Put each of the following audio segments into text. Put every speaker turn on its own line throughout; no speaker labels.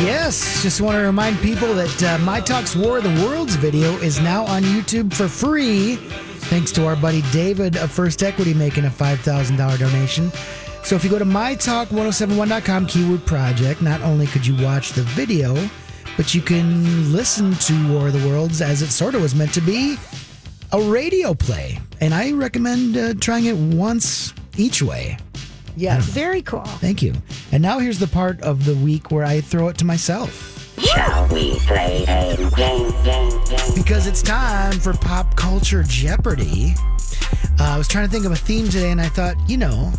Yes, just want to remind people that uh, My Talks War of the Worlds video is now on YouTube for free, thanks to our buddy David of First Equity making a $5,000 donation. So if you go to mytalk1071.com keyword project, not only could you watch the video, but you can listen to War of the Worlds as it sort of was meant to be a radio play. And I recommend uh, trying it once each way.
Yeah, very cool.
Thank you. And now here's the part of the week where I throw it to myself. Shall we play a game? Because it's time for pop culture Jeopardy. Uh, I was trying to think of a theme today, and I thought, you know,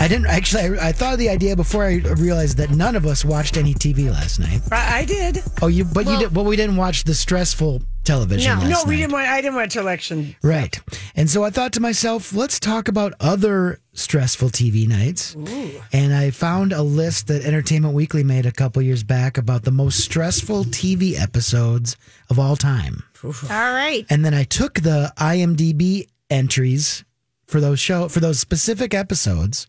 I didn't actually. I, I thought of the idea before I realized that none of us watched any TV last night.
I, I did.
Oh, you? But you did. But we didn't watch the stressful television.
No,
last
no,
night.
we didn't. Want, I didn't watch election.
Right. And so I thought to myself, let's talk about other stressful TV nights. And I found a list that Entertainment Weekly made a couple years back about the most stressful TV episodes of all time.
All right.
And then I took the IMDb entries for those show for those specific episodes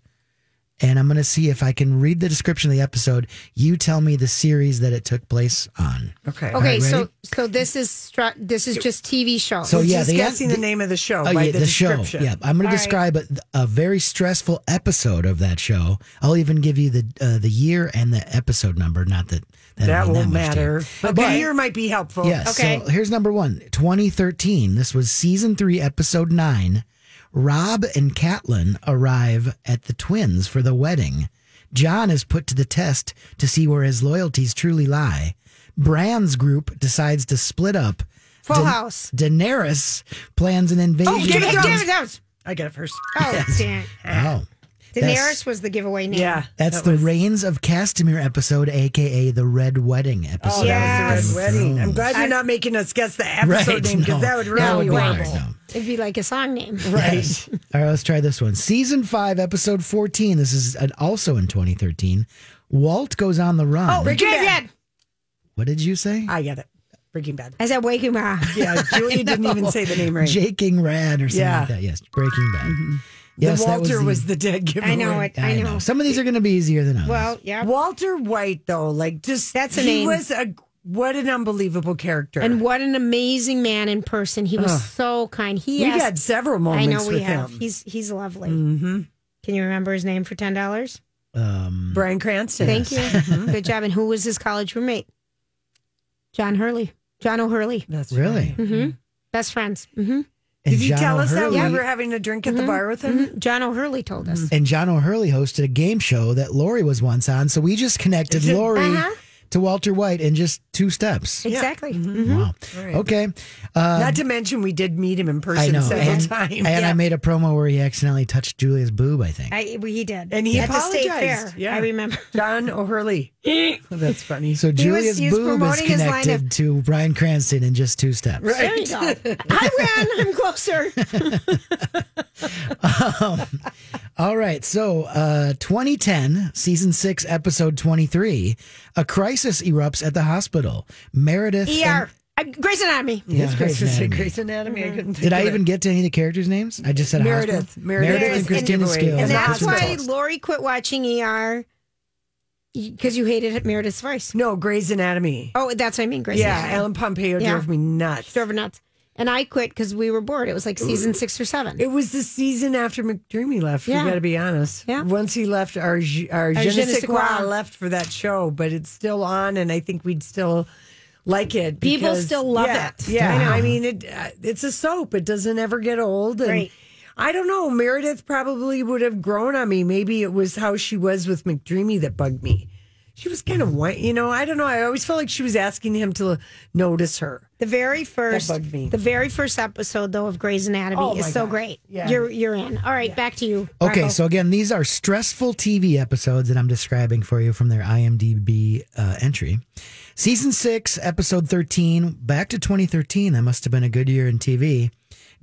and I'm going to see if I can read the description of the episode. You tell me the series that it took place on.
Okay.
Okay,
Alright,
so
ready?
so this is stra- this is just TV show.
So yeah,
Just
the
guessing
the- oh,
the, name of the show by the, description.
show. Yeah, I'm going
All
to
right.
describe a, a very stressful episode of that show. I'll even give you the uh, the year and the episode number. Not that that,
That
will
won't matter. But the year might be helpful.
Yes.
Okay.
So here's number one 2013. This was season three, episode nine. Rob and Catelyn arrive at the twins for the wedding. John is put to the test to see where his loyalties truly lie. Bran's group decides to split up.
Full
Da-
House.
Daenerys plans an invasion.
Oh, Game of
Damn
Thrones.
it, that was-
I got it first.
Oh, damn.
Wow.
Daenerys was the giveaway name.
Yeah.
That's
that
the
was-
Reigns of Castamere episode, aka the Red Wedding episode.
Oh, that was
of
the Red
Game of
Wedding. I'm
Thrones.
glad you're not making us guess the episode
Right,
name because
no.
that would really
That
No,
would
be
be
horrible.
hard, no.
It'd be like a song name.
Right.
All right, let's try this one. Season five, episode fourteen. This is an, also in 2013. Walt goes on the run.
Oh, Breaking
Breaking
Bad.
Bad.
what did you say?
I got it. Breaking Bad.
I said Waking Bad.
Yeah, Julia didn't even say the name right.
Jaking Rad or something
Yeah. Mm-hmm.
like that. Yes, Breaking Bad.
the
Yes,
Walter
that was the.
dead giveaway.
I know it. I know.
Some of these are going to be easier than others.
Well, yeah.
Walter White, though, like just
That's a
he
name.
was a what an unbelievable character.
And what an amazing man in person. He was so kind. He
we've
asked,
had several
I
moments
know we
with
have.
him.
He's he's lovely.
hmm
Can you remember his name for ten dollars?
um,
Brian Cranston.
Thank you. Good job. And who was his college roommate? John Hurley. John O'Hurley.
That's
Really?
right.
Mm-hmm. Best friends. hmm
and
Did you
John
tell us that
O'Hurley-
we were having a drink at the bar with him?
Mhm. John O'Hurley told us.
And John O'Hurley hosted a game show that Lori was once on. So we just connected Lori
Uh-huh.
to Walter White in just two steps.
Exactly. Mm-hmm.
Wow.
Right.
Okay. Uh,
Not to mention we did meet him in
I
person
know.
several
And,
times.
and I made a promo where he accidentally touched Julia's boob, I think.
I, well, he did.
And he
At the state
apologized.
fair.
Yeah.
I remember.
John O'Hurley. That's funny.
so
he was-
Julia's
he was
boob is
promoting his line
connected to Brian Cranston in just two steps.
There you go. I win. I'm closer.
Um, All right. So, uh, 2010, season six, episode 23, a crisis erupts at the hospital. Meredith.
ER. I, Grey's Anatomy.
and- yeah,
It's
Grey's
Grey's Anatomy.
Anatomy.
Grey's Anatomy. I couldn't
Did
think
I
of it.
even get to any of the characters' names? I just said
Meredith.
hospital.
Meredith
Meredith
and
and Christina
Giveaway.
Skills.
And that's
Yeah, that's what
why
it was.
Lori quit watching ER because you hated Meredith's voice.
No, Grey's Anatomy.
Oh, that's what I mean. Grey's
yeah,
Anatomy.
Alan Pompeo
Yeah.
drove me nuts.
Drove her nuts. And I quit because we were bored. It was like season six or seven.
It was the season after McDreamy left.
Yeah.
We got to be honest.
Yeah.
Once he left, our our
Our je ne sais quoi.
left for that show, but it's still on, and I think we'd still like it.
People
because-
still love
yeah,
it.
Yeah,
I know.
I, mean, it uh, it's a soap. It doesn't ever get old. And
Right.
I don't know. Meredith probably would have grown on me. Maybe it was how she was with McDreamy that bugged me. She was kind of white, you know. I don't know. I always felt like she was asking him to notice her.
The very first,
bugged me.
the very first episode though of Grey's Anatomy
Oh,
is
my
so
God.
great.
Yeah.
You're you're in. All right, back to you.
Okay,
Marco.
so again, these are stressful TV episodes that I'm describing for you from their IMDb uh, documentary. Season 6, episode 13, back to 2013. That must have been a good year in TV.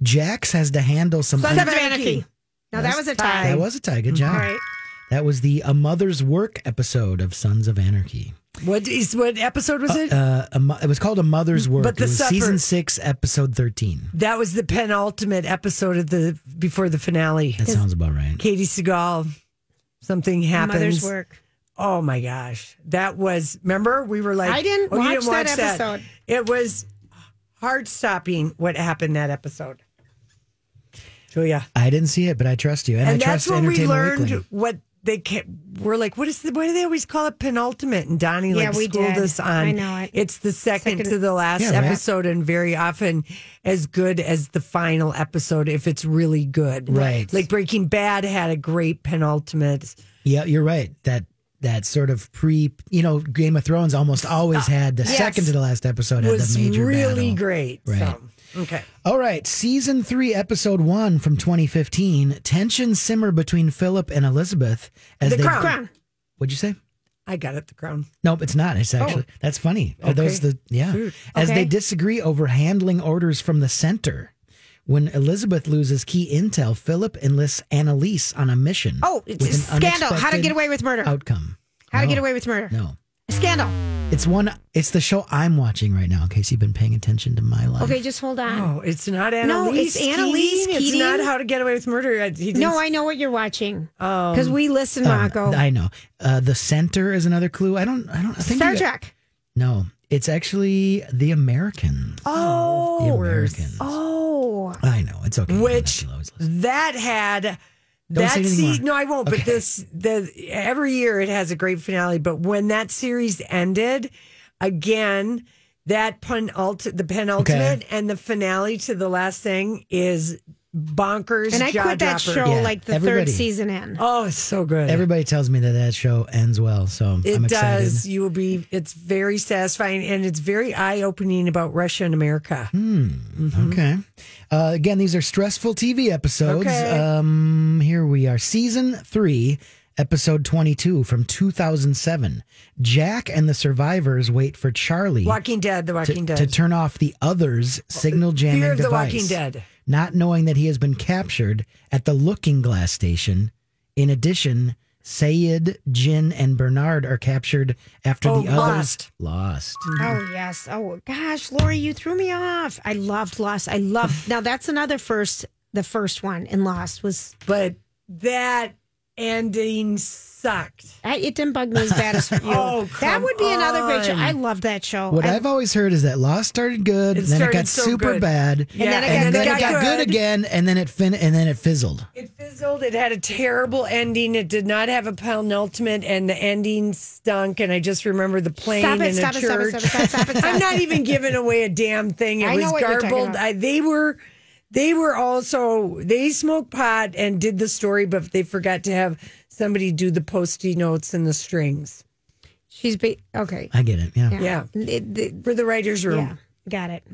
Jax has to handle some.
Sons of
Anarchy.
Anarchy. Now that was a tie.
that was a tie. Good job.
All right.
That was the A Mother's Work episode of Sons of Anarchy.
What is what episode was it?
Uh, a mo- it was called A Mother's Work.
But the
it was
supper-
season 6, episode 13.
that was the penultimate episode of the before the finale.
That sounds about right.
Katie Seagal, something happens.
Mother's work.
Oh my gosh, that was. Remember, we were like,
I didn't
oh, you
watch that episode.
It was heart stopping what happened that episode. Julia,
I didn't see it, but I trust you. And,
and
I
that's
trust
when we
Entertainment
learned
Weekly.
what they kept, we're like. What is the? What do they always call it? Penultimate. And Donnie
Yeah,
like
we
schooled
did.
us on.
I know it.
It's the second,
Second-
to the last
Yeah, right.
episode, and very often as good as the final episode if it's really good.
Right.
Like Breaking Bad had a great penultimate.
Yeah, you're right. That that sort of pre, you know, Game of Thrones almost
Ah,
always had the second to the last episode had
was
the major
really
battle.
great.
Right.
So, okay.
All right, season three, episode one from 2015. Tensions simmer between Philip and Elizabeth as
The
they.
Crown.
Crown.
What'd you say?
I got it. The crown.
Nope, it's not. It's actually that's funny. Are those
Okay.
the yeah? As they
Oh. Hmm, Okay.
disagree over handling orders from the center. When Elizabeth loses key intel, Philip enlists Annalise on a mission.
Oh, it's
with
a
an
scandal. How to
unexpected
get away with murder.
outcome.
How to
No,
get away with murder.
No.
Scandal.
It's one. It's the show I'm watching right now. In case you've been paying attention to my life.
Okay, just hold on.
Oh, it's not
No,
Annalise.
it's Annalise
Keating. It's
Keating.
not How to Get Away with Murder. I- He
No, I know what you're watching.
Oh.
Because we listen,
Um,
Marco.
I know. Uh, the center is another clue. I don't. I don't I think.
Star
you-
Trek.
No, it's actually The Americans.
Oh,
The Americans.
Oh.
I know. It's okay.
Which-
You don't have to always listen.
that had.
Don't
that
say anything
se-
more.
no, I won't.
Okay.
But this, the every year it has a great finale. But when that series ended, again, that penult- the penultimate and the finale to the last thing is bonkers.
And I quit that
jaw-dropper.
show
Yeah,
like the
everybody.
third season in.
Oh, it's so good.
Everybody tells me that that show ends well, so
It
I'm excited.
does. You will be. It's very satisfying and it's very eye opening about Russia and America.
Hmm.
Mm-hmm.
Okay. Uh, again, these are stressful TV episodes.
Okay.
Um, here we are. Season three, episode 22 from 2007. Jack and the survivors wait for Charlie
Walking Dead. The Walking
to,
Dead.
to turn off the other's signal jamming
Fear of the
device,
Walking Dead.
not knowing that he has been captured at the Looking Glass station. In addition, Sayed, Jin, and Bernard are captured after
Oh,
the others
lost.
lost.
Oh yes. Oh gosh, Lori, you threw me off. I loved Lost. I loved. now that's another first. The first one in Lost was.
But that ending sucked.
I, it didn't bug me as bad as you.
Oh,
that
come
would be another great show.
on.
I love that show.
What
I-
I've always heard is that Lost started good,
It
then it
started
got
so
super
good.
bad,
Yeah,
then it
and, then
got good.
it got good. again, and then it fin- and then it fizzled.
It fizzled. It had a terrible ending. It did not have a penultimate, and the ending stunk. And I just remember the plane
stop
and
it! Stop
a
it! Stop it! Stop
church.
it! Stop it! Stop it! Stop
I'm
it.
not even giving away a damn thing. It
I know
was
what you're talking
garbled.
about.
I, they were, they were also they smoked pot and did the story, but they forgot to have somebody do the posty notes and the strings.
She's be okay.
I get it. Yeah.
Yeah,
It- the-
for the writers' room.
yeah. Got it.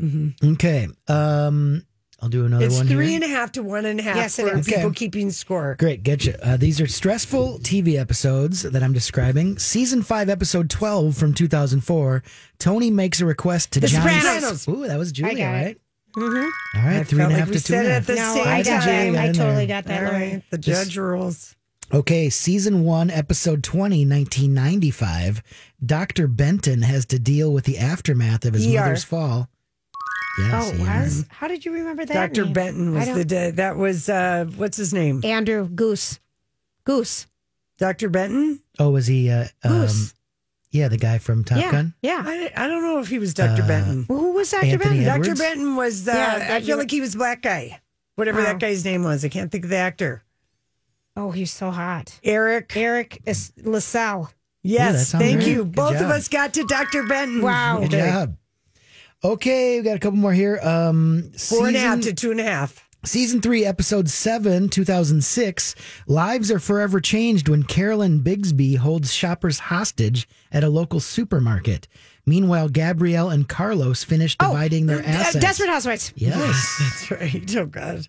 Okay. Um, I'll do another
It's
one.
three
here.
and a half to one and a half
Yes, it
for
is.
people
Okay.
keeping score.
Great, getcha. Uh, these are stressful TV episodes that I'm describing. Season five, episode twelve from 2004. Tony makes a request to
The
Johnny.
Sopranos.
Ooh, that was Julia,
got it.
right?
Mm-hmm.
All right,
I
three and
felt
a
like
half
we
to two
said
and a
it
half.
the
No,
same
time.
I got that. I
Yeah,
totally
yeah.
got that.
All
Lori.
right, the
Just-
judge rules.
Okay, season one, episode 20, 1995. Dr. Benton has to deal with the aftermath of his
ER.
mother's fall.
Oh,
Yes,
it
ER.
was. How did you remember that?
Dr.
name?
Benton
I
was
don't-
the da- that was uh, what's his name?
Andrew Goose. Goose.
Dr. Benton.
Oh, was he? Uh, um,
Goose.
yeah, the guy from Top
yeah.
Gun.
Yeah.
I, I don't know if he was Dr. Benton.
Well, who was Dr.
Anthony
Benton?
Ed-
Dr.
Uh, Edwards?
Benton was, uh,
Yeah,
I
that
feel
you-
like he was black guy, whatever
Oh.
that guy's name was. I can't think of the actor.
Oh, he's so hot.
Eric.
Eric is LaSalle.
that
Yes,
sounds
thank
right.
you.
Good
Both
job.
of us got to Dr. Benton.
Wow.
Good job. Okay, we got a couple more here. Um,
Four and a half
season-
to two and a half.
Season 3, Episode 7, 2006. Lives are forever changed when Carolyn Bigsby holds shoppers hostage at a local supermarket. Meanwhile, Gabrielle and Carlos finish Oh, dividing their
Uh,
assets.
Desperate Housewives.
Yes.
That's right. Oh, God.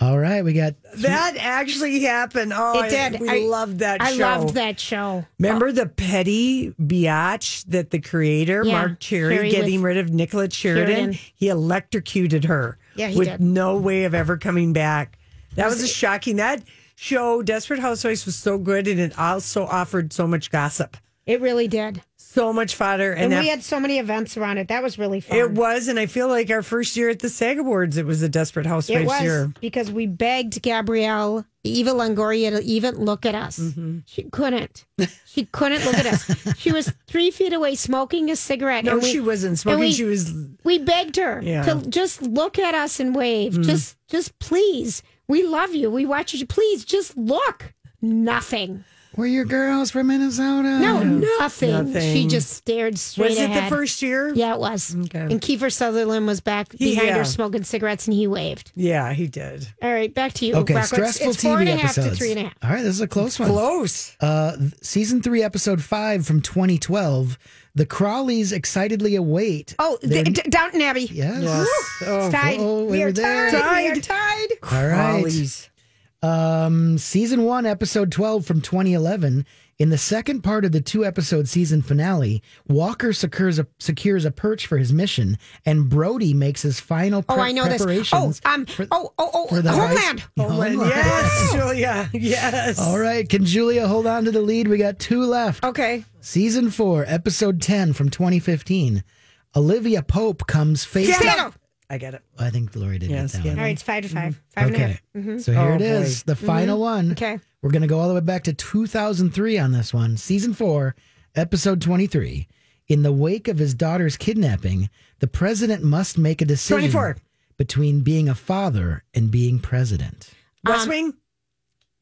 All right, we got
That actually happened. Oh,
It did.
I, we
I-
loved that
I
show.
loved that show.
Remember the petty biatch that the creator,
Yeah,
Mark Cherry,
Cherry
getting
with-
rid of Nicola Sheridan?
Sheridan.
He electrocuted her
Yeah, he
with
did.
no way of ever coming back. That was, a shocking. That show, Desperate Housewives, was so good and it also offered so much gossip,
It really did.
so much fodder. And,
And
that,
we had so many events around it. That was really fun.
it was, and I feel like our first year at the SAG Awards, it was a Desperate
It
Housewives
was
year.
because we begged Gabrielle Eva Longoria to even look at us.
Mm-hmm.
She couldn't. She couldn't look at us. She was three feet away smoking a cigarette.
No,
and we,
she wasn't smoking.
we-
she was
we begged her
Yeah.
to just look at us and wave.
Mm.
Just, just please. We love you. We watch you. Please, just look. Nothing.
We're your girls from Minnesota.
No, nothing.
Nothing.
She just stared straight
Was it
ahead.
the first year?
Yeah, it was. And Kiefer Sutherland was back
He-
behind
yeah.
her smoking cigarettes, and he waved.
Yeah, he did.
All right, back to you.
Okay,
Rocco. It's-
stressful
it's
TV
four and a half
episodes.
to three and a half.
All right, this is a close one.
Close.
Uh, th- season three, episode five from 2012. The Crawleys excitedly await.
Oh, the, D- Downton Abbey.
Yes.
Oh,
Tied.
oh,
we
we're
are
there.
tied. We are
Tied.
tied.
All right.
Crawleys.
Um, season one, episode 12 from 2011. In the second part of the two episode season finale, Walker secures a, secures a perch for his mission, and Brody makes his final
Oh,
pre-
I know this. Oh,
preparations
um. oh, oh, oh.
for the
Homeland.
heist.
Homeland. Yes, Julia. Yes.
All right, can Julia hold on to the lead? We got two left.
Okay.
Season 4, Episode 10 from 2015. Olivia Pope comes face
Stand
up.
up.
I get it.
I think Lori did
Yes,
get that
yeah.
one.
All right, it's five to five. Five and a half. Mm-hmm.
Okay. So here
Oh,
it is, the final one.
Okay.
We're going to go all the way back to 2003 on this one. Season 4, Episode 23. In the wake of his daughter's kidnapping, the president must make a decision
24.
between being a father and being president.
West Wing?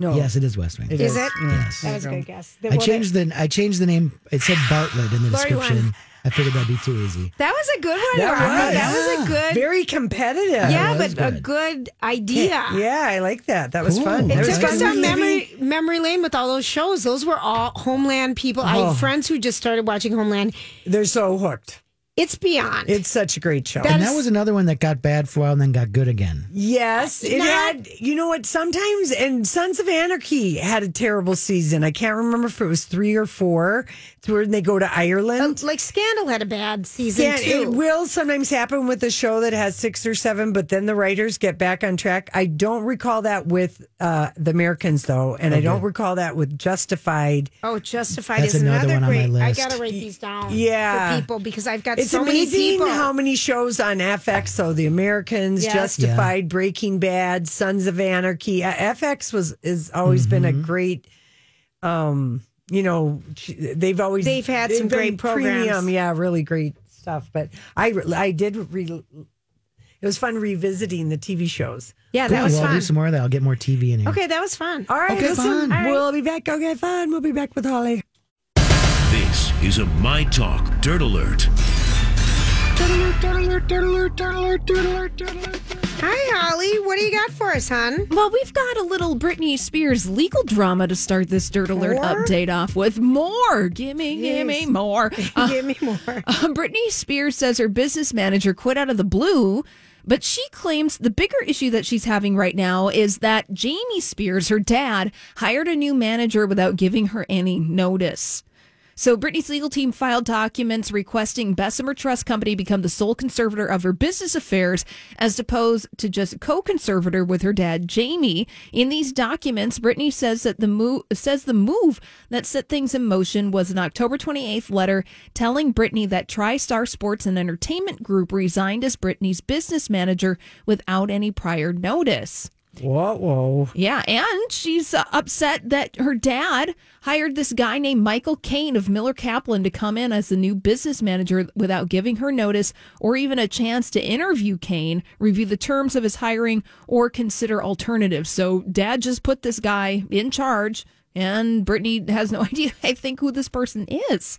No.
Yes, it is West Wing.
Um, Oh. Is it?
Yes.
That was a good guess. The-
I
well, the-
changed the I changed the name. It said Bartlett in the
Lori won.
description. I figured that'd be too easy.
That was a good one.
That
Rocco.
was.
That was a good.
Very competitive.
yeah,
was
but a
good.
good idea.
Yeah, I like that. That was
Cool.
fun.
It
That was
It's
Took
like
us down
fun.
memory memory lane with all those shows. Those were all Homeland people. I have friends who just started watching Homeland.
They're so hooked.
It's beyond.
It's such a great show.
That
and
is-
that was another one that got bad for a while and then got good again.
yes, it
Not-
had. You know what? Sometimes and Sons of Anarchy had a terrible season. I can't remember if it was three or four. It's where they go to Ireland.
Uh, like Scandal had a bad season
Yeah,
too.
it will sometimes happen with a show that has six or seven, but then the writers get back on track. I don't recall that with uh, the Americans though, and I don't recall that with Justified.
Oh, Justified
That's
is
another
another,
one on my
great.
list.
I gotta write these down.
Yeah.
for people because I've got
It's
so many
amazing
people.
how many shows on FX though. The Americans,
Yes.
Justified, Breaking Bad, Sons of Anarchy. Uh, FX was has always been a great. Um, you know, ch- they've always
They've had some
been
great programs.
Premium, yeah, really great stuff. But I, re- I did. Re- it was fun revisiting the TV shows.
yeah, that
Cool,
was
well, I'll do
fun.
some more of that. I'll get more TV in here.
Okay, that was fun.
All right,
Okay,
listen,
fun.
we'll be back. Okay, fun. We'll be back with Holly.
This is a My Talk Dirt Alert.
Hi, Holly. What do you got for us, hon?
Well, we've got a little Britney Spears legal drama to start this Dirt Alert
More?
update off with. More. Gimme, gimme, more. Uh,
Give me more.
Britney Spears says her business manager quit out of the blue, but she claims the bigger issue that she's having right now is that Jamie Spears, her dad, hired a new manager without giving her any notice. So Britney's legal team filed documents requesting Bessemer Trust Company become the sole conservator of her business affairs as opposed to just co-conservator with her dad Jamie. In these documents, Britney says that the move says the move that set things in motion was an October 28th letter telling Britney that TriStar Sports and Entertainment Group resigned as Britney's business manager without any prior notice.
Whoa, whoa.
Yeah, and she's uh, upset that her dad hired this guy named Michael Kane of Miller Kaplan to come in as the new business manager without giving her notice or even a chance to interview Kane, review the terms of his hiring, or consider alternatives. So dad just put this guy in charge, and Brittany has no idea, I think, who this person is.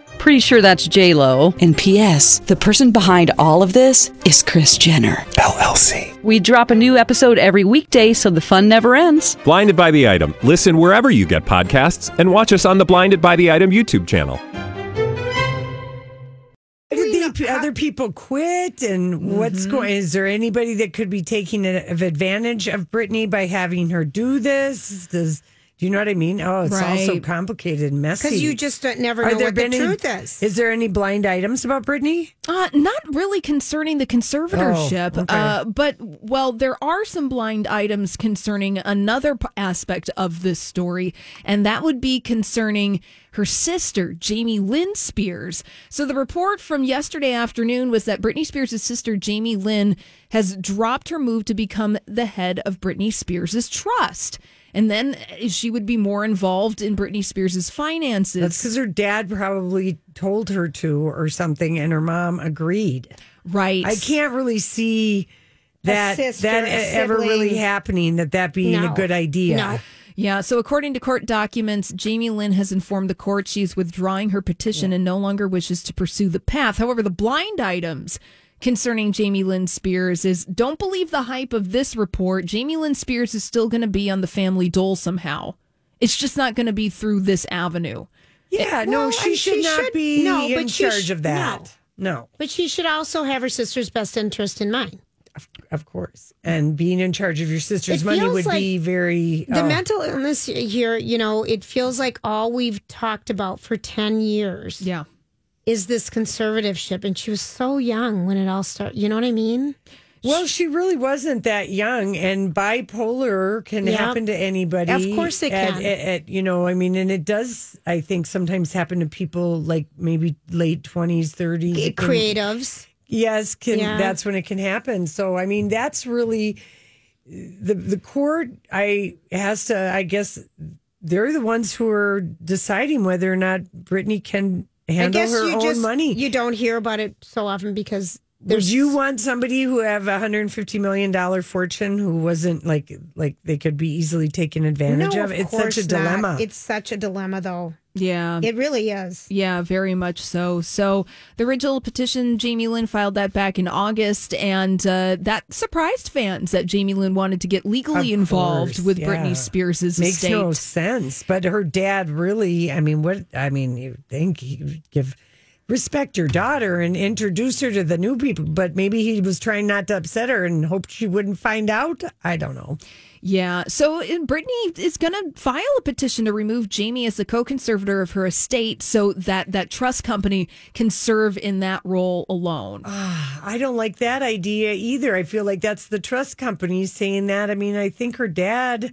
Pretty sure that's J Lo.
And P.S. The person behind all of this is Chris Jenner.
LLC.
We drop a new episode every weekday, so the fun never ends.
Blinded by the item. Listen wherever you get podcasts, and watch us on the Blinded by the Item YouTube channel.
Did the other people quit? And what's
Mm-hmm.
going? Is there anybody that could be taking a- of advantage of Brittany by having her do this? Does do you know what I mean? Oh, it's all so
Right.
complicated, and messy.
because you just don't, never know what the
been any-
truth is.
Is there any blind items about Brittany?
Uh, not really concerning the conservatorship,
Oh, okay.
uh, but well, there are some blind items concerning another p- aspect of this story, and that would be concerning her sister, Jamie Lynn Spears. So the report from yesterday afternoon was that Britney Spears' sister, Jamie Lynn, has dropped her move to become the head of Britney Spears' trust. And then uh, she would be more involved in Britney Spears' finances.
That's because her dad probably told her to or something, and her mom agreed.
right.
I can't really see that
sister,
that
a
ever really
sibling.
happening. That that being
No.
a good idea.
No.
Yeah, so according to court documents, Jamie Lynn has informed the court she's withdrawing her petition and no longer wishes to pursue the path. However, the blind items concerning Jamie Lynn Spears is don't believe the hype of this report. Jamie Lynn Spears is still going to be on the family dole somehow. It's just not going to be through this avenue.
Yeah, no,
well,
she
and
should
she
not
should-
be
no,
in
but she
charge
sh-
of that. No.
But she should also have her sister's best interest in mind.
of course. And being in charge of your sister's
It
money
feels
would be
like
very.
The
oh,
mental illness here, you know, it feels like all we've talked about for 10 years
Yeah.
is this conservativeship. And she was so young when it all started. You know what I mean?
well, she really wasn't that young, and bipolar can
Yeah.
happen to anybody.
Of course it
at,
can.
At, at- you know, I mean, and it does. I think sometimes happen to people like maybe late twenties, thirties.
It, creatives.
Yes, can
Yeah.
that's when it can happen. So I mean, that's really the the court. I has to. I guess they're the ones who are deciding whether or not Brittany can
I
handle
guess
her
you
own
just,
money.
you don't hear about it so often because
Would
there's
you want somebody who have a hundred and fifty million dollar fortune who wasn't like like they could be easily taken advantage
no,
of?
of
It's such a
course not.
dilemma.
It's such a dilemma, though.
Yeah.
It really is.
Yeah, very much so. So the original petition, Jamie Lynn filed that back in August, and uh, that surprised fans that Jamie Lynn wanted to get legally
Of
involved
course,
with
yeah.
Britney Spears'
makes
estate.
no sense. But her dad really, I mean, what I mean, you think he would give respect your daughter and introduce her to the new people, but maybe he was trying not to upset her and hoped she wouldn't find out. I don't know.
Yeah. So uh, Brittany is going to file a petition to remove Jamie as the co-conservator of her estate, so that that trust company can serve in that role alone.
I don't like that idea either. I feel like that's the trust company saying that. I mean, I think her dad.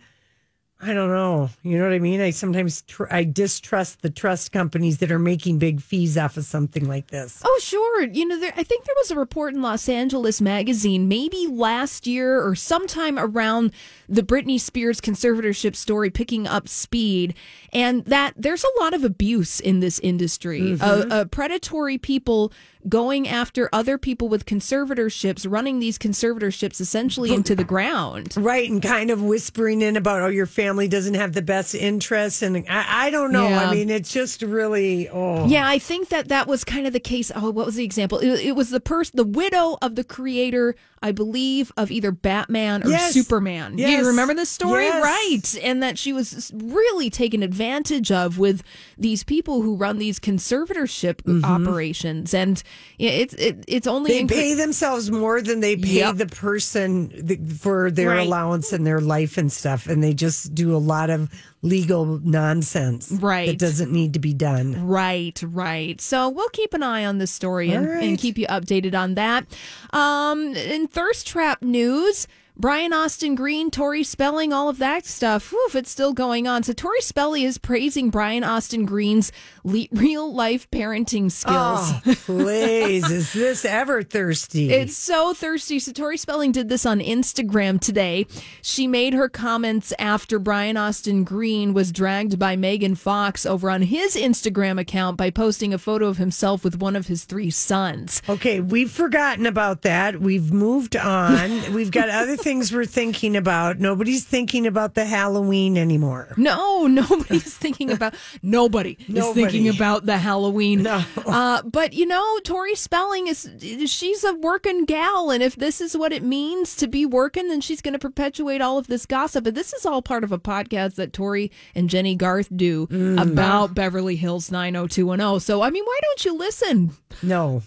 I don't know. You know what I mean? I sometimes tr- I distrust the trust companies that are making big fees off of something like this.
Oh, sure. You know, there, I think there was a report in Los Angeles Magazine maybe last year or sometime around the Britney Spears conservatorship story picking up speed, and that there's a lot of abuse in this industry. Uh, uh, predatory people going after other people with conservatorships, running these conservatorships essentially into the ground.
Right, and kind of whispering in about, oh, your family doesn't have the best interests, and I, I don't know.
Yeah.
I mean, it's just really, oh,
Yeah, I think that that was kind of the case. Oh, what was the example? It, it was the person, the widow of the creator, I believe, of either Batman or
Yes.
Superman. Do
Yes.
You remember this story,
Yes.
right? And that she was really taken advantage of with these people who run these conservatorship operations, and Yeah, it's it, it's only
Mm-hmm. They
incre-
pay themselves more than they pay
Yep.
the person th- for their
Right.
allowance and their life and stuff. And they just do a lot of legal nonsense
Right.
that doesn't need to be done.
Right, right. So we'll keep an eye on this story and,
All right.
and keep you updated on that. Um, in thirst trap news, Brian Austin Green, Tori Spelling, all of that stuff. Woof, it's still going on. So Tori Spelling is praising Brian Austin Green's le- real life parenting skills.
Oh, please. Is this ever thirsty?
It's so thirsty. So Tori Spelling did this on Instagram today. She made her comments after Brian Austin Green was dragged by Megan Fox over on his Instagram account by posting a photo of himself with one of his three sons.
Okay, we've forgotten about that. We've moved on. We've got other things we're thinking about. Nobody's thinking about the Halloween anymore.
No, nobody's thinking about nobody,
Nobody.
is thinking about the Halloween. Uh, but you know, Tori Spelling is she's a working gal, and if this is what it means to be working, then she's going to perpetuate all of this gossip. And this is all part of a podcast that Tori and Jenny Garth do about Beverly Hills 90210. So I mean, why don't you listen?
No.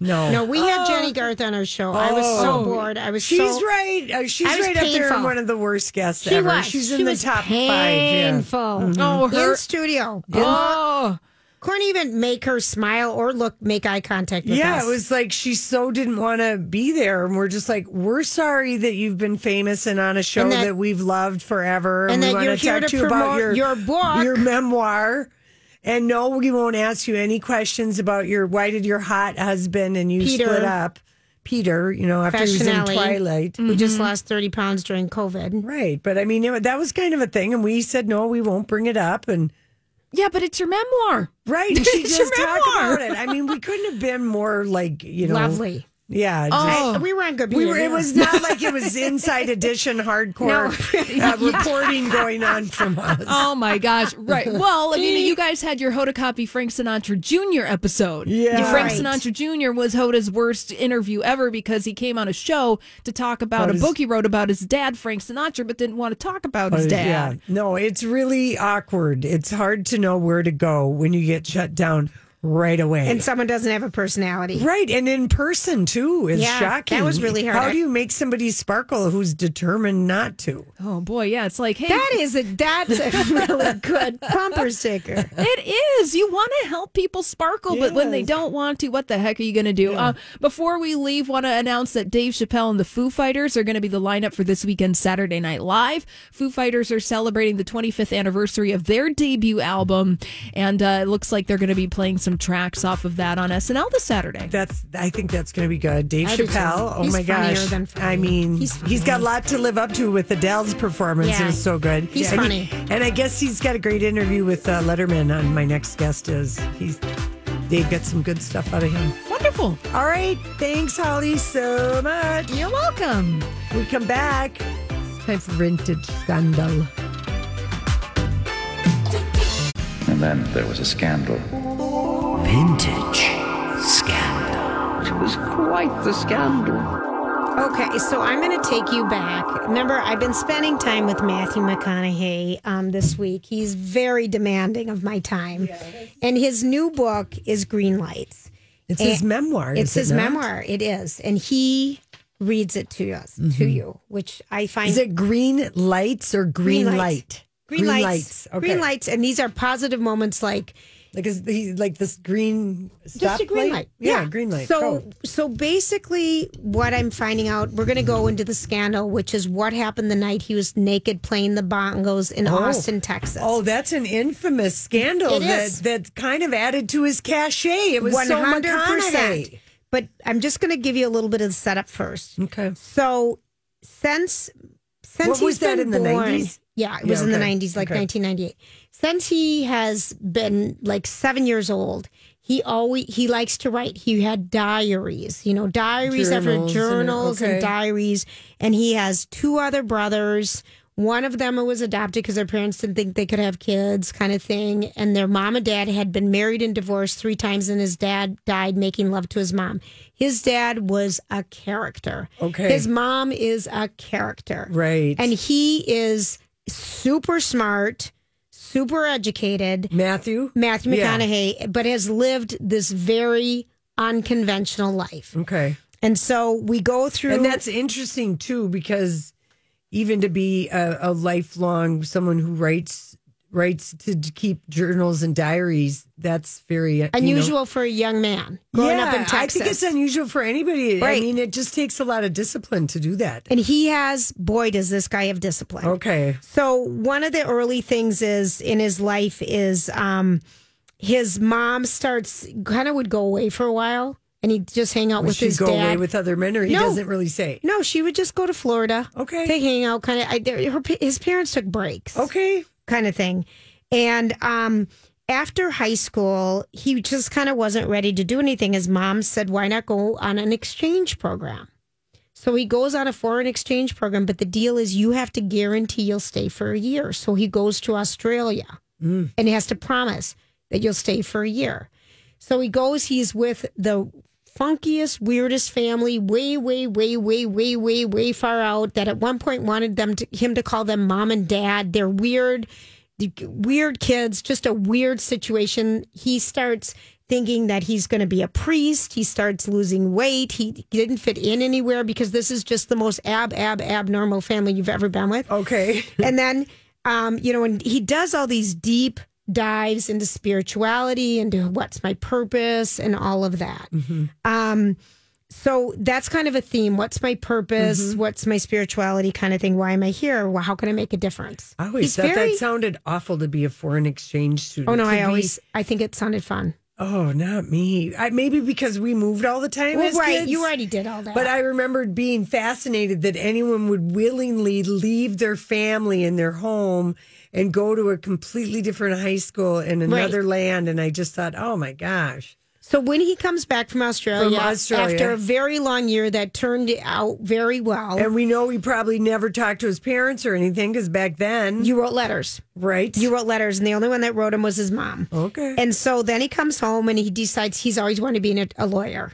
no.
No, we had Jenny Garth on our show. I was so
Oh.
bored. I was
She's
so
right. Uh, she's
I was
right up there in
painful.
one of the worst guests
She
ever.
was.
She's
she
in the
was
top Mm-hmm. five.
painful.
Oh, her.
In studio.
Oh,
Couldn't even make her smile or look make eye contact
Yeah.
with
Yeah,
us.
it was like she so didn't want to be there, and we're just like, we're sorry that you've been famous and on a show
And
that,
that-
we've loved forever,
and
we
that
wanna
you're here
talk
to
you about
promote
your
your book."
your memoir. And no, we won't ask you any questions about your why did your hot husband and you
Peter.
split up, Peter? You know, after he was in
Fashionelli.
Twilight,
We just lost 30 pounds during COVID.
right? But I mean, it, that was kind of a thing, and we said no, we won't bring it up, and.
yeah, but it's your memoir.
Right. and She
It's your
just talk
memoir.
about it. I mean, we couldn't have been more like, you know.
Lovely.
Yeah. just-
Oh.
We were on good
we
behavior.
were, it was not like it was inside edition hardcore uh, reporting going on from us.
Oh my gosh! Right. Well, I mean, you guys had your Hoda copy Frank Sinatra Jr. episode.
Yeah.
Frank
Right.
Sinatra Jr. was Hoda's worst interview ever because he came on a show to talk about
About
a
his-
book he wrote about his dad, Frank Sinatra, but didn't want to talk about
Oh,
his
Oh, Yeah.
dad.
No, it's really awkward. It's hard to know where to go when you get shut down right away.
and someone doesn't have a personality.
right. And in person, too, is
Yeah, that
shocking.
was really hard.
How do you make somebody sparkle who's determined not to?
Oh boy, yeah. It's like, hey,
That is a that's a really good bumper sticker.
It is. You want to help people sparkle, but when they don't want to, what the heck are you going to do? Uh, before we leave, want to announce that Dave Chappelle and the Foo Fighters are going to be the lineup for this weekend's Saturday Night Live. Foo Fighters are celebrating the 25th anniversary of their debut album, and uh, it looks like they're going to be playing some tracks off of that on SNL this Saturday.
That's. I think that's going to be good. Dave
I do too.
Chappelle. Oh
He's
my
funnier
gosh.
than funny.
I mean,
He's
he's
funny.
got a lot to live up to with Adele's performance. It
Yeah.
was so good.
He's
and
funny.
and I guess he's got a great interview with uh, Letterman. On my next guest is he's. Dave got some good stuff out of him.
Wonderful.
All right, thanks Holly so much.
You're welcome.
We come back. Time for vintage scandal.
And then there was a scandal.
Vintage scandal.
It was quite the scandal.
Okay, so I'm going to take you back. Remember, I've been spending time with Matthew McConaughey um, this week. He's very demanding of my time, and his new book is Green Lights.
It's
And-
his memoir.
Eh, It's
is it
his
not?
memoir. It is, and he reads it to us to you, which I find
Mm-hmm. Is it Green Lights or Green,
Green
Light?
Lights. green, lights,
Okay.
green lights, and these are positive moments like
Like is he like this green?
just a green light.
Yeah, green light.
So,
Go.
so basically, what I'm finding out, we're going to go into the scandal, which is what happened the night he was naked playing the bongos in Austin, Texas.
Oh, that's an infamous scandal
It
that
is.
that kind of added to his cachet. It was so
100%.
McConaughey.
But I'm just going to give you a little bit of the setup first.
Okay.
So since since
What was
he's been
that in the
born-
90s?
Yeah, it was
Yeah,
in the
okay.
nineties, like
Okay.
nineteen ninety eight. Since he has been like seven years old, he always he likes to write. He had diaries, you know, diaries
Journals
after
and-
journals and,
okay.
diaries, and he has two other brothers. One of them was adopted because their parents didn't think they could have kids, kind of thing. And their mom and dad had been married and divorced three times, and his dad died making love to his mom. His dad was a character.
Okay.
His mom is a character.
Right.
And he is super smart, super educated.
Matthew?
Matthew
Yeah.
McConaughey, but has lived this very unconventional life.
Okay.
And so we go through.
And that's interesting too, because even to be a, a lifelong someone who writes writes to d- keep journals and diaries, that's very uh, you know-
unusual for a young man growing up in Texas.
I think it's unusual for anybody. I
Right.
mean, it just takes a lot of discipline to do that.
And he has, boy, does this guy have discipline.
Okay.
So one of the early things is in his life is um, his mom starts kind of would go away for a while, and he'd just hang out
Would
with
she
his
go
dad.
away with other men, or he
No.
doesn't really say?
no, she would just go to Florida.
Okay.
they hang out kind of. I, their- her, pa- his parents took breaks.
Okay.
kind of thing. And um, after high school, he just kind of wasn't ready to do anything. His mom said, Why not go on an exchange program? So he goes on a foreign exchange program, but the deal is you have to guarantee you'll stay for a year. So he goes to Australia and he has to promise that you'll stay for a year. So he goes, he's with the funkiest, weirdest family, way, way, way, way, way, way, way far out. That at one point wanted them to, him to call them mom and dad. They're weird, weird kids. Just a weird situation. He starts thinking that he's going to be a priest. He starts losing weight. He didn't fit in anywhere because this is just the most ab ab abnormal family you've ever been with
Okay.
and then um, you know, and he does all these deep dives into spirituality, into what's my purpose, and all of that.
Mm-hmm.
Um, so that's kind of a theme. What's my purpose?
Mm-hmm.
What's my spirituality kind of thing? Why am I here? Well, how can I make a difference?
I always
He's
thought
very-
that sounded awful to be a foreign exchange student.
Oh no,
To
I
be-
always I think it sounded fun.
Oh, not me. I, maybe because we moved all the time.
Well,
as
right,
kids.
you already did all that.
But I remembered being fascinated that anyone would willingly leave their family and their home and go to a completely different high school in another land. And I just thought, oh my gosh.
So when he comes back from Australia,
Australia.
after a very long year that turned out very well,
And we know he probably never talked to his parents or anything because back then,
you wrote letters.
right?
You wrote letters, and the only one that wrote him was his mom.
okay.
And so then he comes home and he decides he's always wanted to be an, a lawyer.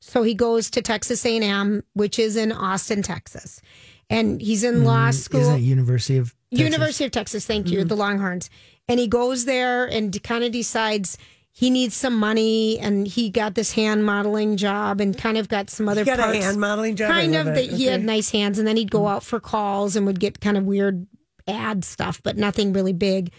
So he goes to Texas A&M, which is in Austin, Texas. And he's
Mm-hmm.
in law school.
Isn't it University of Texas?
University of Texas, thank
Mm-hmm.
you, the Longhorns. And he goes there and kind of decides he needs some money and he got this hand modeling job and kind of got some other
he got
parts.
a hand modeling job. I
kind of
love
that
it.
he had
Okay. Mm-hmm.
nice hands and then he'd go out for calls and would get kind of weird ad stuff, but nothing really big.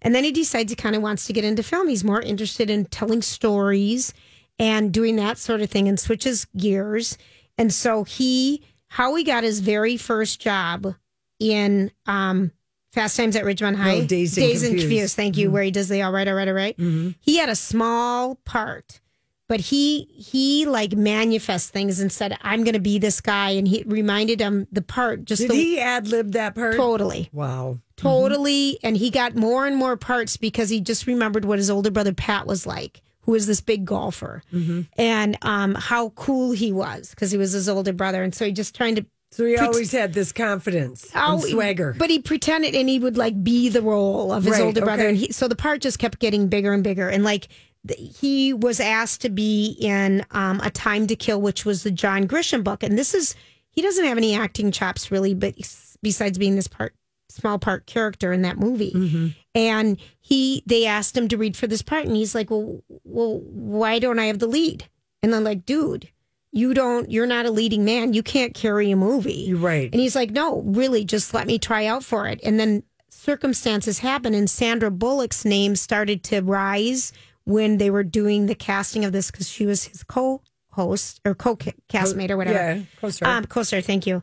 And then he decides he kind of wants to get into film. He's more interested in telling stories and doing that sort of thing and switches gears. And so he, how he got his very first job in um, Fast Times at Ridgemont High,
Oh, Dazed and Confused. Mm-hmm.
thank you, where he does the all right, all right, all right. He had a small part, but he he like manifests things and said, "I'm going to be this guy," and he reminded him the part just
Did
the
he Mm-hmm. ad lib that part?
totally
Wow.
totally and he got more and more parts because he just remembered what his older brother pat was like who was this big golfer
Mm-hmm.
and um, how cool he was because he was his older brother and so he just trying to
So he
Pret-
always had this confidence and
Oh,
swagger.
but he pretended and he would like be the role of his
Right,
older brother
okay.
and he, so the part just kept getting bigger and bigger and like th- he was asked to be in um, a time to kill which was the john grisham book and this is he doesn't have any acting chops really but s- besides being this part small part character in that movie
Mm-hmm.
and he they asked him to read for this part and he's like well, well why don't i have the lead and then like dude you don't you're not a leading man you can't carry a movie
You're right.
and he's like, no, really, just let me try out for it. And then circumstances happen, and Sandra Bullock's name started to rise when they were doing the casting of this because she was his co host or co castmate or whatever.
Yeah, closer.
Um, co-star, thank you.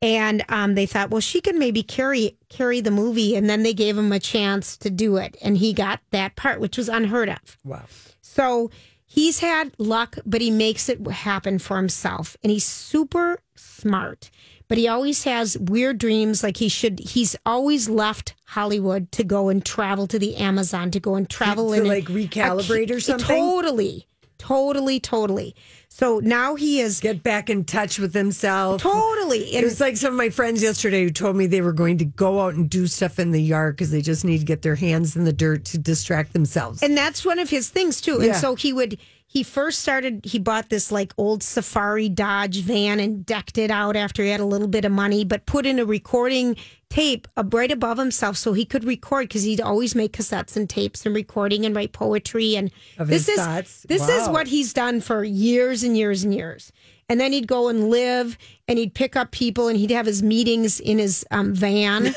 And um, they thought, well, she could maybe carry carry the movie, and then they gave him a chance to do it, and he got that part, which was unheard of.
wow.
So he's had luck, but he makes it happen for himself. And he's super smart, but he always has weird dreams. Like he should, he's always left Hollywood to go and travel to the Amazon, to go and travel
To,
and
like, recalibrate or something?
Totally, totally, totally. So now he is
get back in touch with himself.
Totally.
It was like some of my friends yesterday who told me they were going to go out and do stuff in the yard because they just need to get their hands in the dirt to distract themselves.
And that's one of his things too.
Yeah.
And so he would he first started he bought this like old safari Dodge van and decked it out after he had a little bit of money, but put in a recording tape up right above himself so he could record because he'd always make cassettes and tapes and recording and write poetry and
Of
this
his
is
thoughts?
this is
Wow.
what he's done for years and years and years. And then he'd go and live and he'd pick up people and he'd have his meetings in his um, van.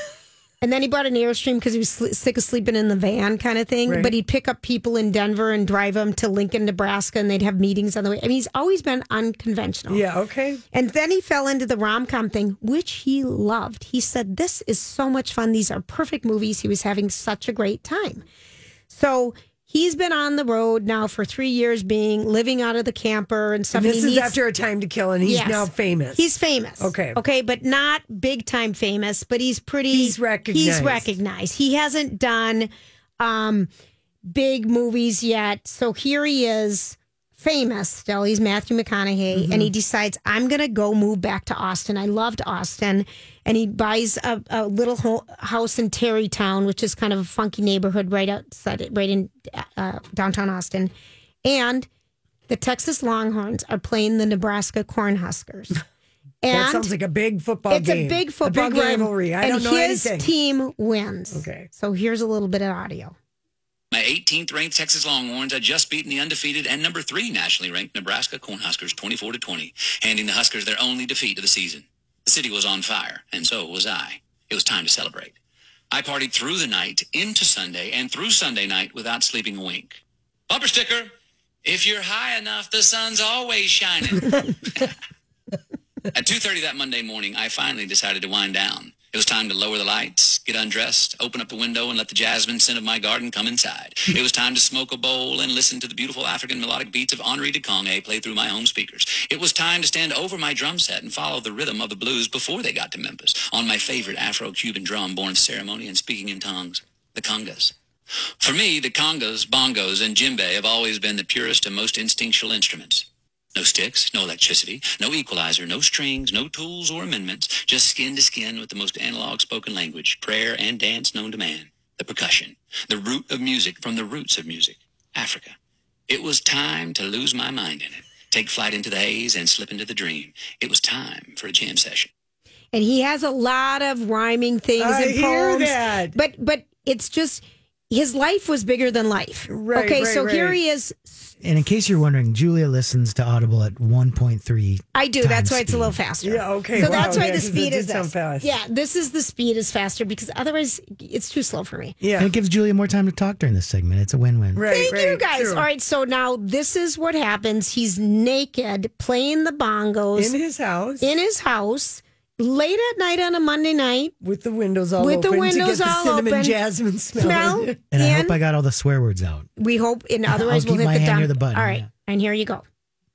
And then he bought an Airstream because he was sl- sick of sleeping in the van, kind of thing.
Right.
But he'd pick up people in Denver and drive them to Lincoln, Nebraska, and they'd have meetings on the way. I mean, he's always been unconventional.
yeah, okay.
And then he fell into the rom com thing, which he loved. He said, This is so much fun. These are perfect movies. He was having such a great time. So he's been on the road now for three years, being living out of the camper and stuff.
And
and
this
he
is
needs-
after a time to kill, and he's
Yes.
now famous.
He's famous.
Okay.
Okay, but not big time famous, but he's pretty
He's recognized.
He's recognized. He hasn't done um big movies yet. So here he is, famous still. He's Matthew McConaughey and
Mm-hmm.
he decides I'm going to go move back to Austin. I loved Austin and he buys a, a little ho- house in Terrytown, which is kind of a funky neighborhood right outside it, right in uh, downtown Austin. And the Texas Longhorns are playing the Nebraska Cornhuskers. And
that sounds like a big football
it's
game.
a big football
big
game.
rivalry. I
and
don't know
his
anything.
team wins.
Okay.
So here's a little bit of audio.
My 18th ranked Texas Longhorns had just beaten the undefeated and number three nationally ranked Nebraska Cornhuskers 24 to 20, handing the Huskers their only defeat of the season. The city was on fire, and so was I. It was time to celebrate. I partied through the night, into Sunday, and through Sunday night without sleeping a wink. Bumper sticker! If you're high enough, the sun's always shining. At 2:30 that Monday morning, I finally decided to wind down. It was time to lower the lights, get undressed, open up the window and let the jasmine scent of my garden come inside. It was time to smoke a bowl and listen to the beautiful African melodic beats of Henri de Conge play through my home speakers. It was time to stand over my drum set and follow the rhythm of the blues before they got to Memphis on my favorite Afro-Cuban drum born of ceremony and speaking in tongues, the congas. For me, the congos, bongos, and djembe have always been the purest and most instinctual instruments. No sticks, no electricity, no equalizer, no strings, no tools or amendments, just skin to skin with the most analog spoken language, prayer and dance known to man. The percussion, the root of music from the roots of music, Africa. It was time to lose my mind in it, take flight into the haze and slip into the dream. It was time for a jam session.
And he has a lot of rhyming things
I
and
hear
poems.
that.
But but it's just his life was bigger than life.
Right,
okay,
right,
so here
right.
he is.
And in case you're wondering, Julia listens to Audible at 1.3.
I do. That's why it's a little faster.
Yeah, okay,
So
wow,
that's why
yeah,
the
'cause it
speed
did
is
sound
this.
fast.
Yeah, this is the speed is faster because otherwise it's too slow for me.
Yeah.
And it gives Julia more time to talk during this segment. It's a win-win.
Right,
Thank
right,
you guys.
true.
All right, so now this is what happens. He's naked playing the bongos
In his house
in his house late at night on a Monday night.
with the windows all
With the
open to
windows
get the
all
cinnamon
open.
jasmine smell.
Smell
And I
in.
hope I got all the swear words out.
we hope, and otherwise
I'll
we'll
keep
hit
my
the
hand
dump.
near the button,
All right,
yeah.
and here you go.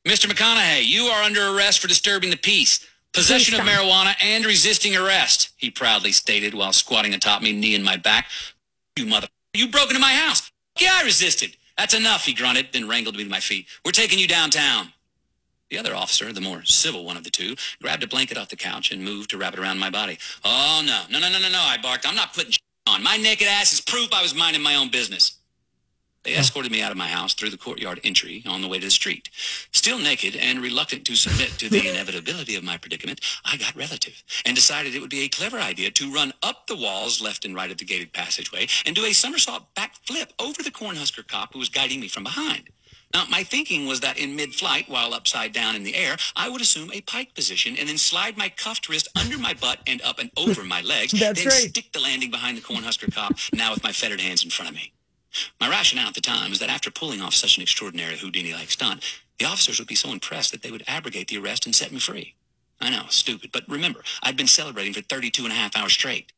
Mr. McConaughey, you are under arrest for disturbing the peace, possession of
Please don't.
marijuana, and resisting arrest, he proudly stated while squatting atop me, knee in my back. You mother, you broke into my house. Yeah, I resisted. That's enough, he grunted, then wrangled me to my feet. We're taking you downtown. The other officer, the more civil one of the two, grabbed a blanket off the couch and moved to wrap it around my body. Oh, no, no, no, no, no, no, I barked. I'm not putting on. My naked ass is proof I was minding my own business. They escorted me out of my house through the courtyard entry on the way to the street. Still naked and reluctant to submit to the inevitability of my predicament, I got relative and decided it would be a clever idea to run up the walls left and right of the gated passageway and do a somersault backflip over the cornhusker cop who was guiding me from behind. Now, my thinking was that in mid flight, while upside down in the air, I would assume a pike position and then slide my cuffed wrist under my butt and up and over my legs,
That's
then
right.
stick the landing behind the cornhusker cop, now with my fettered hands in front of me. My rationale at the time was that after pulling off such an extraordinary Houdini like stunt, the officers would be so impressed that they would abrogate the arrest and set me free. I know, stupid, but remember, I'd been celebrating for 32 and a half hours straight.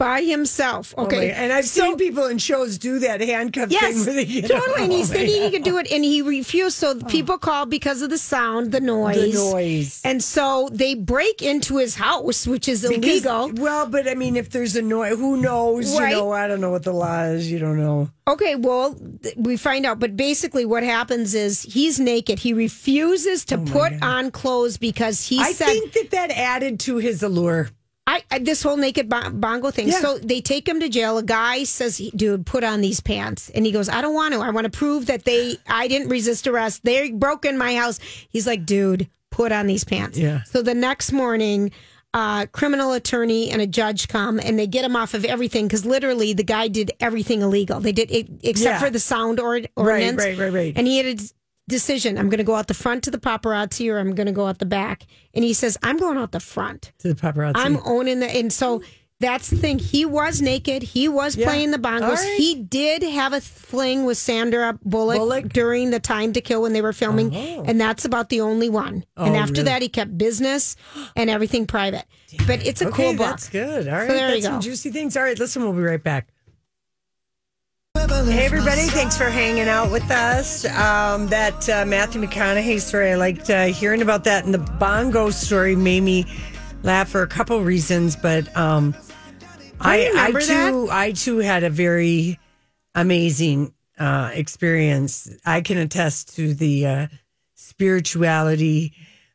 by himself.
Oh my-
Okay.
and I've seen people in shows do that handcuff
Yes,
thing. Where they get
totally.
up.
and he's
Oh,
thinking
yeah.
he could do it, and he refused. So the people called because of the sound, the noise,
Oh. noise.
and so they break into his house, which is
Because-
illegal.
Well, but I mean, if there's a noise, who knows?
Right.
You know, I don't know what the law is. You don't know.
Okay, well, th- we find out, but basically, what happens is he's naked. He refuses to put on clothes because he
Oh, I
said,
think that that added to his allure.
I, I this whole naked bon- bongo thing.
Yeah.
So they take him to jail. A guy says, "Dude, put on these pants," and he goes, "I don't want to. I want to prove that they I didn't resist arrest. They broke in my house." He's like, "Dude, put on these pants."
Yeah.
So the next morning. Uh, criminal attorney and a judge come and they get him off of everything because literally the guy did everything illegal. They did it, except
Yeah.
for the sound or, ordinance.
right, right, right.
And he had a d- decision: I'm going to go out the front to the paparazzi, or I'm going to go out the back. And he says, "I'm going out the front."
To the paparazzi.
I'm owning the and so that's the thing. He was naked. He was
Yeah.
playing the bongos.
All right.
He did have a fling with Sandra Bullock,
Bullock.
during the Time to Kill when they were filming,
Oh.
and that's about the only one.
Oh,
and after
really?
that, he kept business and everything private. But it's a
okay,
cool book.
That's good. All right.
there you
that's some
go.
juicy things. All right, listen, we'll be right back. Hey everybody! Thanks for hanging out with us. Um, that uh, Matthew McConaughey story, I liked uh, hearing about that, and the bongo story made me laugh for a couple reasons. But um, I, I
remember
too, I too had a very amazing uh, experience. I can attest to the uh, spirituality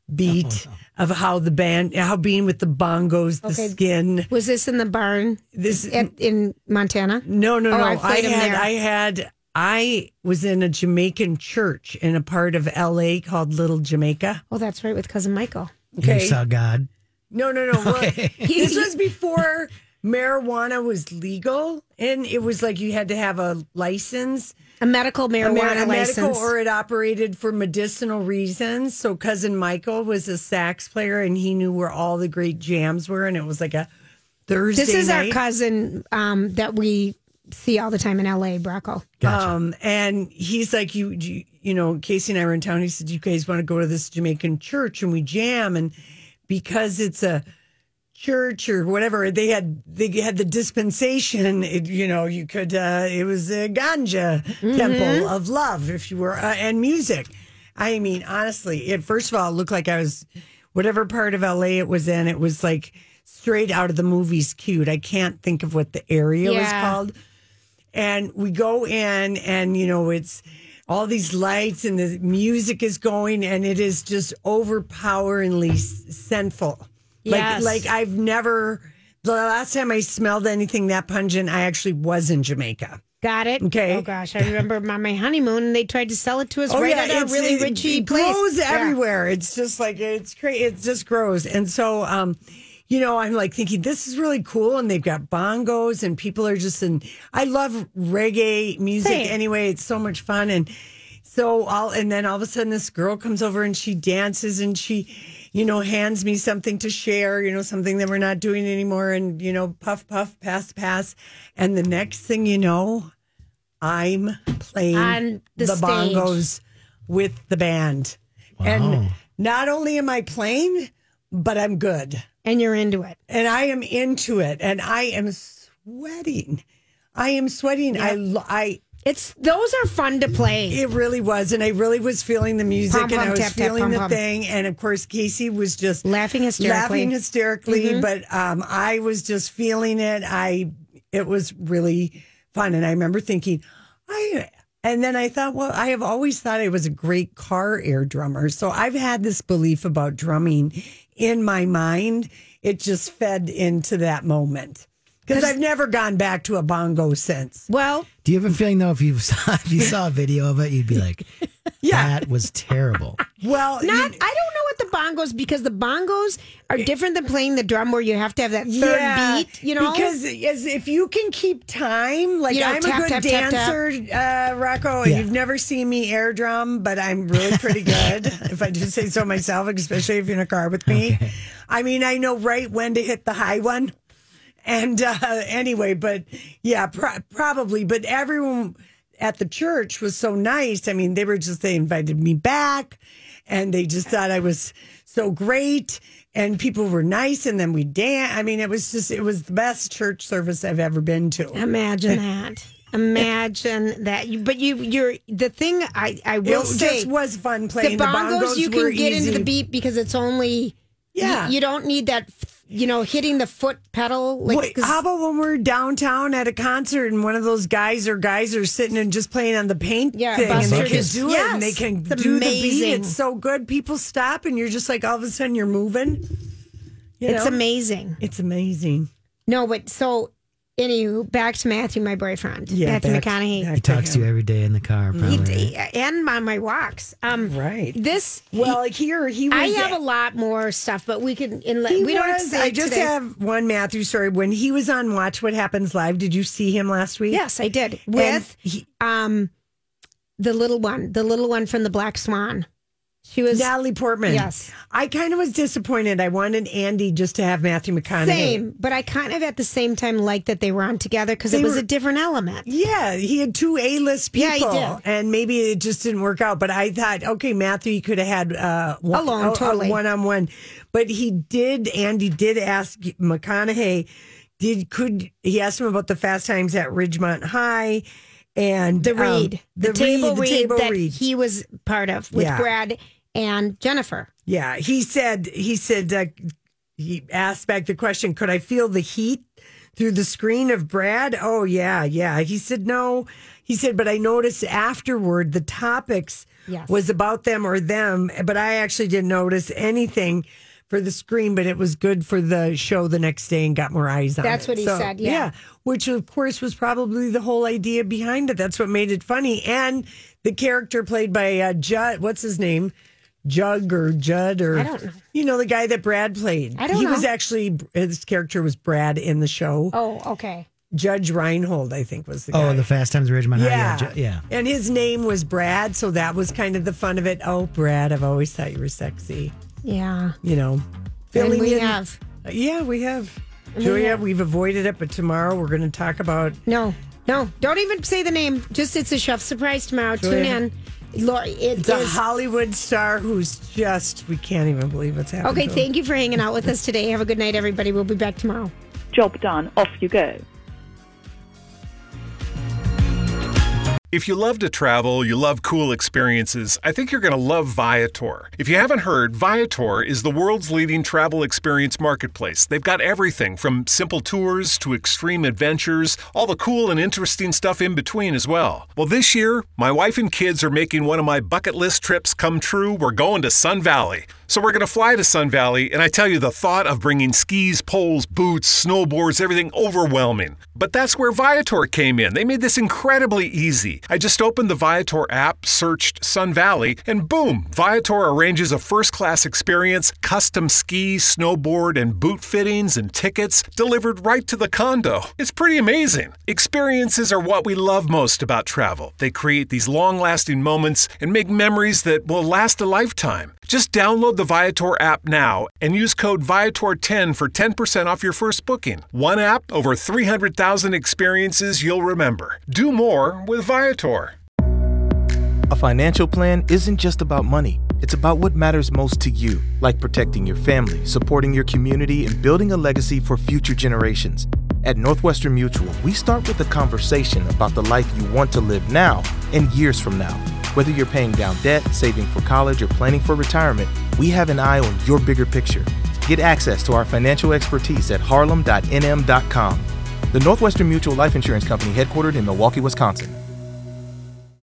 Oh,
beat of how the band, how being with the bongos, the
Okay.
skin.
Was this in the barn
This
at, in Montana?
no, no,
Oh,
no.
I
I,
played him
had,
there.
I had, I was in a Jamaican church in a part of L.A. called Little Jamaica.
Oh, that's right, with cousin Michael.
You saw God.
No, no, no. well,
He-
this was before marijuana was legal, and it was like you had to have a license,
A medical
a,
marijuana
mar- a
license.
medical, or it operated for medicinal reasons. So cousin Michael was a sax player, and he knew where all the great jams were, and it was like a Thursday.
this is our
night.
cousin um, that we see all the time in LA, Brocco.
Um, and he's like, you, you, you know, Casey and I were in town. He said, you guys want to go to this Jamaican church and we jam. And because it's a church or whatever, they had, they had the dispensation. It, you know, you could, uh, it was a ganja temple of love, if you were, uh, and music. I mean, honestly, it first of all it looked like I was whatever part of LA it was in. It was like straight out of the movies. Cute. I can't think of what the area was
Yeah.
called and we go in and you know it's all these lights and the music is going and it is just overpoweringly s- sinful
Yes.
like like i've never the last time i smelled anything that pungent i actually was in jamaica
Got it.
Okay. Oh,
Oh gosh, I remember my, my honeymoon, and they tried to sell it to us right at our
it's-
Oh, really
it-
richy
it
place.
grows
Yeah.
everywhere. It's just like it's crazy. It just grows, and so um, you know, I'm like thinking this is really cool, and they've got bongos, and people are just in. I love reggae music
Same.
anyway. It's so much fun, and so all, and then all of a sudden this girl comes over and she dances and she. You know, hands me something to share, you know, something that we're not doing anymore. And, you know, puff, puff, pass, pass. And the next thing you know, I'm playing
On the
the,
stage.
bongos with the band. And not only am I playing, but I'm good.
And you're into it.
And I am into it. And I am sweating. I am sweating. I, lo- I,
It's those are fun to play.
it really was. And I really was feeling the music
Pom,
and
pom,
I was
tap, tap,
feeling
pom,
the
pom.
thing. And of course, Casey was just
Laughing hysterically. Mm-hmm.
laughing hysterically. But um, I was just feeling it. I, it was really fun. And I remember thinking, I, and then I thought, well, I have always thought I was a great car air drummer. So I've had this belief about drumming in my mind. It just fed into that moment because I've never gone back to a bongo since.
Well,
Do you have a feeling though if you saw if you saw a video of it, you'd be like,
Yeah.
that was terrible.
Well, you-
not I don't know what the bongos because the bongos are different than playing the drum where you have to have that third beat. You know,
because as if you can keep time, like
You know,
I'm
tap,
a good
tap, tap, tap.
dancer, uh, Rocco, and
Yeah.
you've never seen me air drum, but I'm really pretty good, if I do say so myself, especially if you're in a car with me. I mean, I know right when to hit the high one. And uh, anyway, but yeah, pro- probably, but everyone. at the church was so nice. I mean, they were just, they invited me back and they just thought I was so great and people were nice and then we danced. I mean, it was just, it was the best church service I've ever been to.
Imagine that. Imagine that. You, but you, you're the thing. I, I will
It
say,
just was fun playing.
The
The
bongos,
bongos
you
were
can get into
easy.
the beat because it's only.
Yeah.
You, you don't need that. You know, hitting the foot pedal. Like,
Wait,
'cause-
how about when we're downtown at a concert and one of those guys or guys are sitting and just playing on the paint
Yeah,
thing and
Buster
they can
just-
do it and they
Yes,
can
it's
do the
amazing.
beat. It's so good. People stop and you're just like all of a sudden you're moving. You
It's
know?
amazing.
It's amazing.
No, but so, anywho, back to Matthew, my boyfriend, Matthew
back-
McConaughey.
He talks to you every day in the car, probably.
He d- and on my walks. Um,
right.
This
Well, here he was.
I have a lot more stuff, but we can. Inle-
He
we don't. have to
was-
say
I
it
just
today.
have one Matthew story. When he was on Watch What Happens Live, did you see him last week?
Yes, I did with um, the little one, the little one from the Black Swan. She was
Natalie Portman.
Yes.
I kind of was disappointed. I wanted Andy just to have Matthew McConaughey.
same, but I kind of at the same time liked that they were on together because it
They
was
were-
a different element.
Yeah, he had two A list
Yeah, he
people,
did.
and maybe it just didn't work out. But I thought, okay, Matthew, you could have had uh, one,
Alone, totally.
one on one. But he did. Andy did ask McConaughey. Did could he asked him about the fast times at Ridgemont High, and
The
um,
read, the, table
the
read
table
that
read.
he was part of with
Yeah.
Brad and Jennifer.
Yeah, he said he said uh, he asked back the question, could I feel the heat through the screen of Brad? Oh yeah, yeah. He said no. He said, but I noticed afterward the topics
Yes.
was about them or them, but I actually didn't notice anything for the screen, but it was good for the show the next day and got more eyes on it.
That's what he said, yeah.
Which of course was probably the whole idea behind it. That's what made it funny. And the character played by uh, Judd, what's his name? Jug or Judd or
I don't know.
you know the guy that Brad played.
I don't
he
know.
was actually his character was Brad in the show.
Oh, okay.
Judge Reinhold, I think, was the guy.
Oh, the Fast Times at Ridgemont
yeah.
High. Yeah, ju- yeah.
And his name was Brad, so that was kind of the fun of it. Oh, Brad, I've always thought you were sexy.
Yeah,
You know,
and
filling
we
in.
have
Yeah, we have. Julia, we've avoided it, but tomorrow we're going to talk about
no, no. Don't even say the name. Just it's a chef surprise tomorrow.
Julia.
Tune in. Lori, it
the
is-
Hollywood star who's just, we can't even believe what's happening.
Okay, thank you for hanging out with us today. Have a good night, everybody. We'll be back tomorrow.
Job done. Off you go.
If you love to travel, you love cool experiences, I think you're going to love Viator. If you haven't heard, Viator is the world's leading travel experience marketplace. They've got everything from simple tours to extreme adventures, all the cool and interesting stuff in between as well. Well, this year, my wife and kids are making one of my bucket list trips come true. We're going to Sun Valley. So we're going to fly to Sun Valley, and I tell you, the thought of bringing skis, poles, boots, snowboards, everything overwhelming. But that's where Viator came in. They made this incredibly easy. I just opened the Viator app, searched Sun Valley, and boom, Viator arranges a first class experience, custom ski, snowboard, and boot fittings and tickets delivered right to the condo. It's pretty amazing. Experiences are what we love most about travel. They create these long lasting moments and make memories that will last a lifetime. Just download the Viator app now and use code Viator10 for 10% off your first booking. One app, over 300,000 experiences you'll remember. Do more with Viator.
A financial plan isn't just about money, it's about what matters most to you, like protecting your family, supporting your community, and building a legacy for future generations. At Northwestern Mutual, we start with a conversation about the life you want to live now and years from now. Whether you're paying down debt, saving for college, or planning for retirement, we have an eye on your bigger picture. Get access to our financial expertise at harlem.nm.com. The Northwestern Mutual Life Insurance Company, headquartered in Milwaukee, Wisconsin.